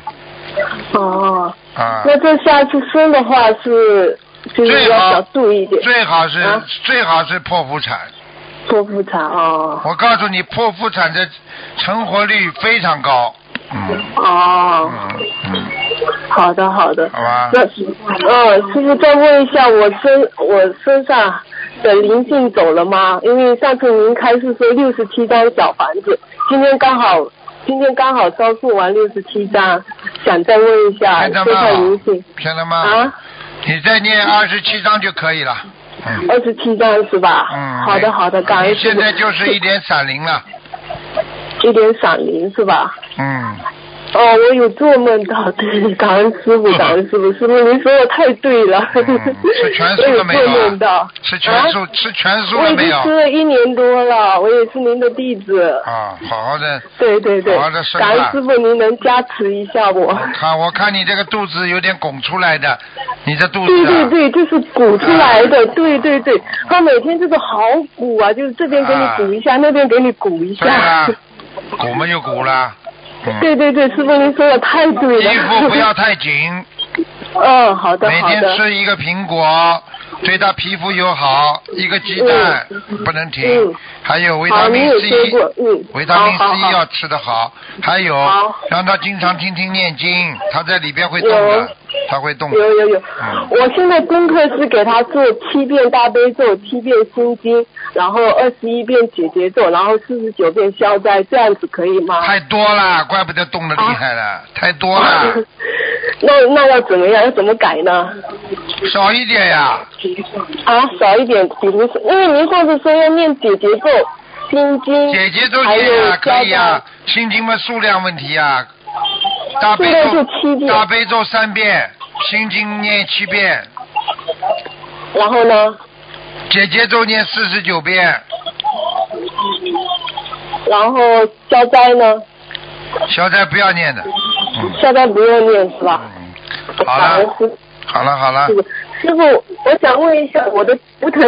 D: 哦，
A: 啊，
D: 那这下次生的话是就是
A: 最
D: 要
A: 好
D: 小注意一点，
A: 最好是、
D: 啊
A: 最好是剖腹产，
D: 剖腹产哦
A: 我告诉你，剖腹产的成活率非常高，嗯
D: 哦，
A: 嗯嗯，
D: 好的好的。
A: 好吧，
D: 那嗯，师傅再问一下，我身我身上的灵性走了吗？因为上次您开始说六十七张小房子，今天刚好今天刚好招数完六十七张，想再问一下
A: 现在啊
D: 身上
A: 吗
D: 灵性？
A: 现在吗
D: 啊？，
A: 你再念二十七章就可以了。嗯
D: 二十七张是吧？
A: 嗯，
D: 好的啊好的，感恩
A: 你
D: 师
A: 现
D: 傅。
A: 在就是一点闪灵了，
D: 有点闪灵是吧？
A: 嗯，
D: 哦，我有做梦到，对，感恩师傅，感恩师傅，师傅您说的太对了，
A: 嗯吃全素
D: 我有
A: 了没有啊
D: 做梦到，
A: 吃全素、
D: 啊
A: 吃全素
D: 我
A: 了
D: 已
A: 没
D: 经
A: 有？
D: 吃了一年多了，我也是您的弟子，
A: 啊，好好的，
D: 对对对，
A: 好的是吧
D: 感恩师傅您能加持一下我。
A: 我看我看你这个肚子有点拱出来的，你这肚
D: 对
A: 子、啊、
D: 对对，就是鼓出来的，
A: 嗯
D: 对对对，他每天就是好鼓啊，就是这边给你鼓一下，那边给你鼓一
A: 嗯对
D: 下。
A: 啦，鼓嘛又鼓啦，嗯，
D: 对对对，师傅您说的太对了。
A: 衣服不要太紧，
D: 嗯，好的
A: 每
D: 好
A: 天
D: 的。
A: 吃一个苹果，对他皮肤友好，一个鸡蛋、不能停，
D: 嗯
A: 还有维
D: 好，
A: 他
D: 你
A: 命
D: 也
A: C，
D: 说过，嗯，
A: 维他命
D: 好好
A: C
D: 好
A: 要吃的好，还有
D: 好
A: 让他经常听听念经，他在里边会动
D: 有
A: 的，他会动的。
D: 有有有
A: 嗯，
D: 我现在功课是给他做七遍大悲咒，七遍心经，然后二十一遍解结咒，然后四十九遍消灾，这样子可以吗？
A: 太多了，怪不得动的厉害了，
D: 啊
A: 太多 了，
D: 那那要怎么样？要怎么改呢？
A: 少一点呀。
D: 啊，少一点，比如说，因为您上次说要念解结咒、心经，
A: 姐姐都
D: 嗯还有
A: 念啊，可以
D: 消
A: 啊
D: 灾，
A: 心经嘛数量问题啊，大悲
D: 数量就七
A: 咒
D: 遍
A: 大悲咒三遍，心经念七遍，
D: 然后呢？
A: 姐姐咒念四十九遍，
D: 然后消灾呢？
A: 小崽不要念的，嗯
D: 消灾不用念是吧？
A: 嗯，好了
D: 师
A: 好了好了
D: 傅，，师傅，我想问一下，我的图腾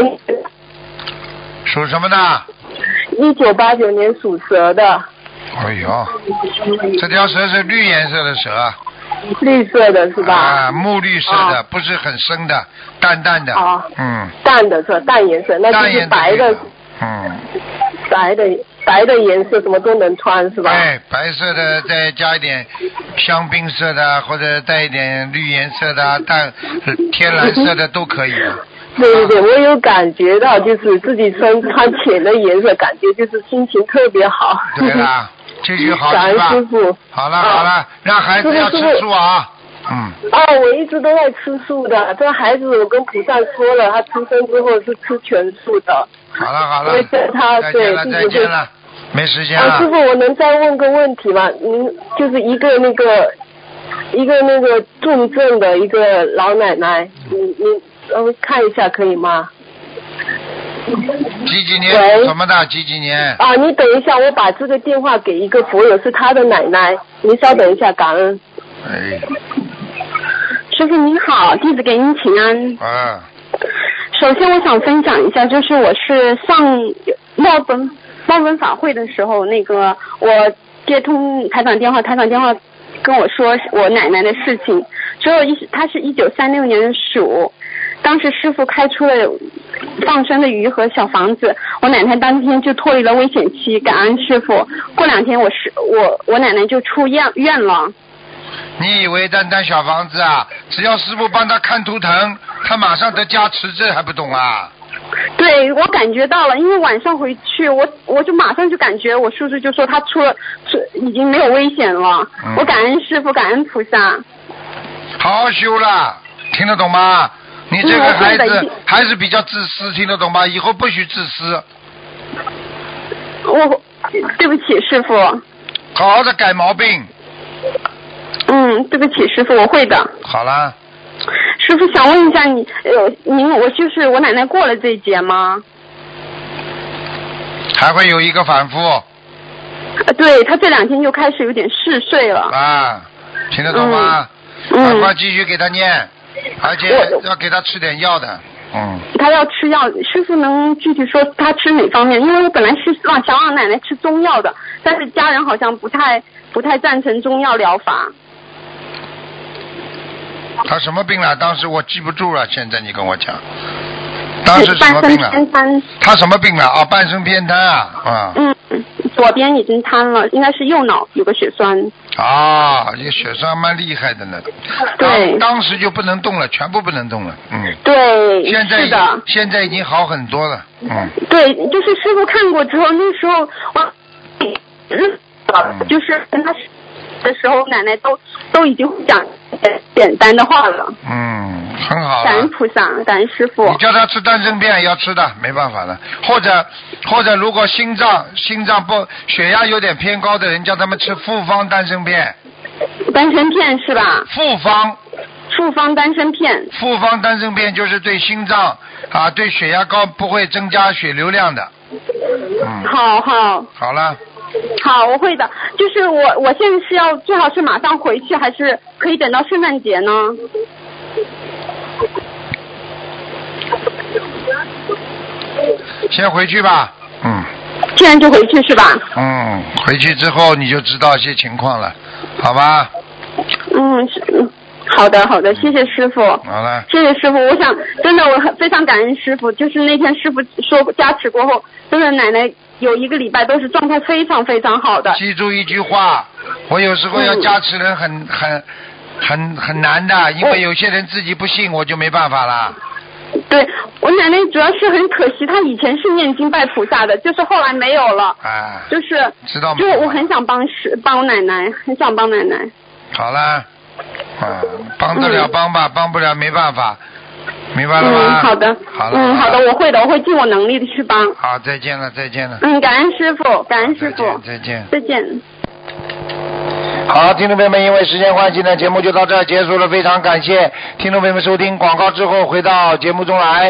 A: 属什么的？
D: 一九八九年属蛇的，
A: 哎呦，这条蛇是绿颜色的蛇，
G: 绿色的是吧？
A: 啊，墨绿色的，不是很深的，淡淡的。
G: 哦
A: 嗯，
G: 淡的是吧淡颜色，那就
A: 淡
G: 是
A: 颜色
G: 白的
A: 的。嗯，
G: 白的白的颜色什么都能穿是吧？
A: 哎，白色的再加一点香槟色的，或者带一点绿颜色的，淡天蓝色 的都可以的。
G: 对对对，我有感觉到，就是自己身穿浅的颜色，感觉就是心情特别好。
A: 对啦， 这就好
G: 感
A: 吃
G: 恩
A: 吧
G: 师？傅。
A: 好了好了，让孩子要
G: 师傅
A: 吃素啊。嗯，
G: 啊，我一直都在吃素的。这孩子，我跟菩萨说了，他出生之后是吃全素的。
A: 好了好了
G: 因为这，他
A: 再见了
G: 啊对
A: 再
G: 自己会
A: 见了，没时间
G: 啊，师
A: 了
G: 傅，。我能再问个问题吗？您就是一个那个一个那个重症的一个老奶奶，你你呃看一下可以吗？
A: 几几年
G: 喂
A: 属什么的？几几年？
G: 啊，你等一下，我把这个电话给一个佛友，是他的奶奶。您稍等一下，感恩。
A: 哎，
D: 师傅您好，弟子给您请安。
A: 啊，
D: 首先，我想分享一下，就是我是上墨尔本墨尔本法会的时候，那个我接通台长电话，台长电话跟我说我奶奶的事情。只有一，她是一九三六年的鼠，当时师傅开出了放生的鱼和小房子，我奶奶当天就脱离了危险期，感恩师傅。过两天我是我我奶奶就出院院了。
A: 你以为单单小房子啊？只要师傅帮他看图腾，他马上得加持，这还不懂啊？
D: 对，我感觉到了，因为晚上回去，我我就马上就感觉我叔叔就说他出了出已经没有危险了。
A: 嗯
D: 我感恩师傅，感恩菩萨。
A: 好好修啦，听得懂吗？你这
D: 嗯
A: 个
D: 我
A: 孩
D: 现在已
A: 子
D: 经
A: 还是比较自私，听得懂吗？以后不许自私，
D: 我对不起师傅，
A: 好好的改毛病。
D: 嗯，对不起师傅，我会的。
A: 好啦，
D: 师傅想问一下你，呃，您我就是我奶奶过了这一劫吗？
A: 还会有一个反复
D: 呃，对她这两天就开始有点嗜睡了。
A: 啊，听得懂吗？赶快
D: 嗯，
A: 继续给他念，而且要给他吃点药的。嗯，
D: 她要吃药，师傅能具体说她吃哪方面？因为我本来是让想让奶奶吃中药的，但是家人好像不太不太赞成中药疗法。
A: 他什么病了？当时我记不住了，现在你跟我讲，当时什么
D: 半身
A: 病啊了？
D: 偏瘫，
A: 他什么病了啊？半身偏瘫啊，
D: 嗯，左边已经瘫了，应该是右脑有个血栓。
A: 啊啊，这血栓蛮厉害的呢。
D: 对
A: 当当时就不能动了，全部不能动了。嗯，
D: 对，
A: 现在
D: 是的，
A: 现在已经好很多了。嗯，
D: 对，就是师傅看过之后，那时候我，嗯
A: 嗯
D: 就是跟他的时候，奶奶都都已经讲简简单的话了。
A: 嗯，很好
D: 感
A: 了
D: 恩。菩萨，感恩师傅
A: 你。叫他吃丹参片要吃的，没办法的。或者或者如果心脏心脏不血压有点偏高的人，叫他们吃复方丹参片。
D: 丹参片是吧？
A: 复方
D: 复方丹参片。
A: 复方丹参片就是对心脏啊对血压高不会增加血流量的。嗯，
D: 好好
A: 好了，
D: 好，我会的。就是我，我现在是要最好是马上回去，还是可以等到圣诞节呢？
A: 先回去吧。嗯
D: 现在就回去是吧？
A: 嗯，回去之后你就知道一些情况了，好吧？
D: 嗯，是嗯好的好的，谢谢师傅。
A: 好了，
D: 谢谢师傅，我想真的我很非常感恩师傅，就是那天师傅说加持过后，真的奶奶有一个礼拜都是状态非常非常好的。
A: 记住一句话，我有时候要加持人很很很很难的，因为有些人自己不信，我就没办法了。
D: 对我奶奶主要是很可惜，她以前是念经拜菩萨的，就是后来没有了，
A: 啊，
D: 就是
A: 知道吗？
D: 就是我很想帮师帮我奶奶，很想帮奶奶。
A: 好啦，啊，帮得了
D: 嗯
A: 帮吧，帮不了没办法，明白了
D: 嗯
A: 吗？，
D: 好的，
A: 好了，
D: 嗯，好的，
A: 了
D: 我会的，我会尽我能力的去帮。
A: 好，再见了，再见了，
D: 嗯，感恩师傅，感嗯恩师傅，
A: 再见再见。
D: 再见。
A: 好，听众朋友们，因为时间关系呢，节目就到这儿结束了。非常感谢听众朋友们收听广告之后回到节目中来。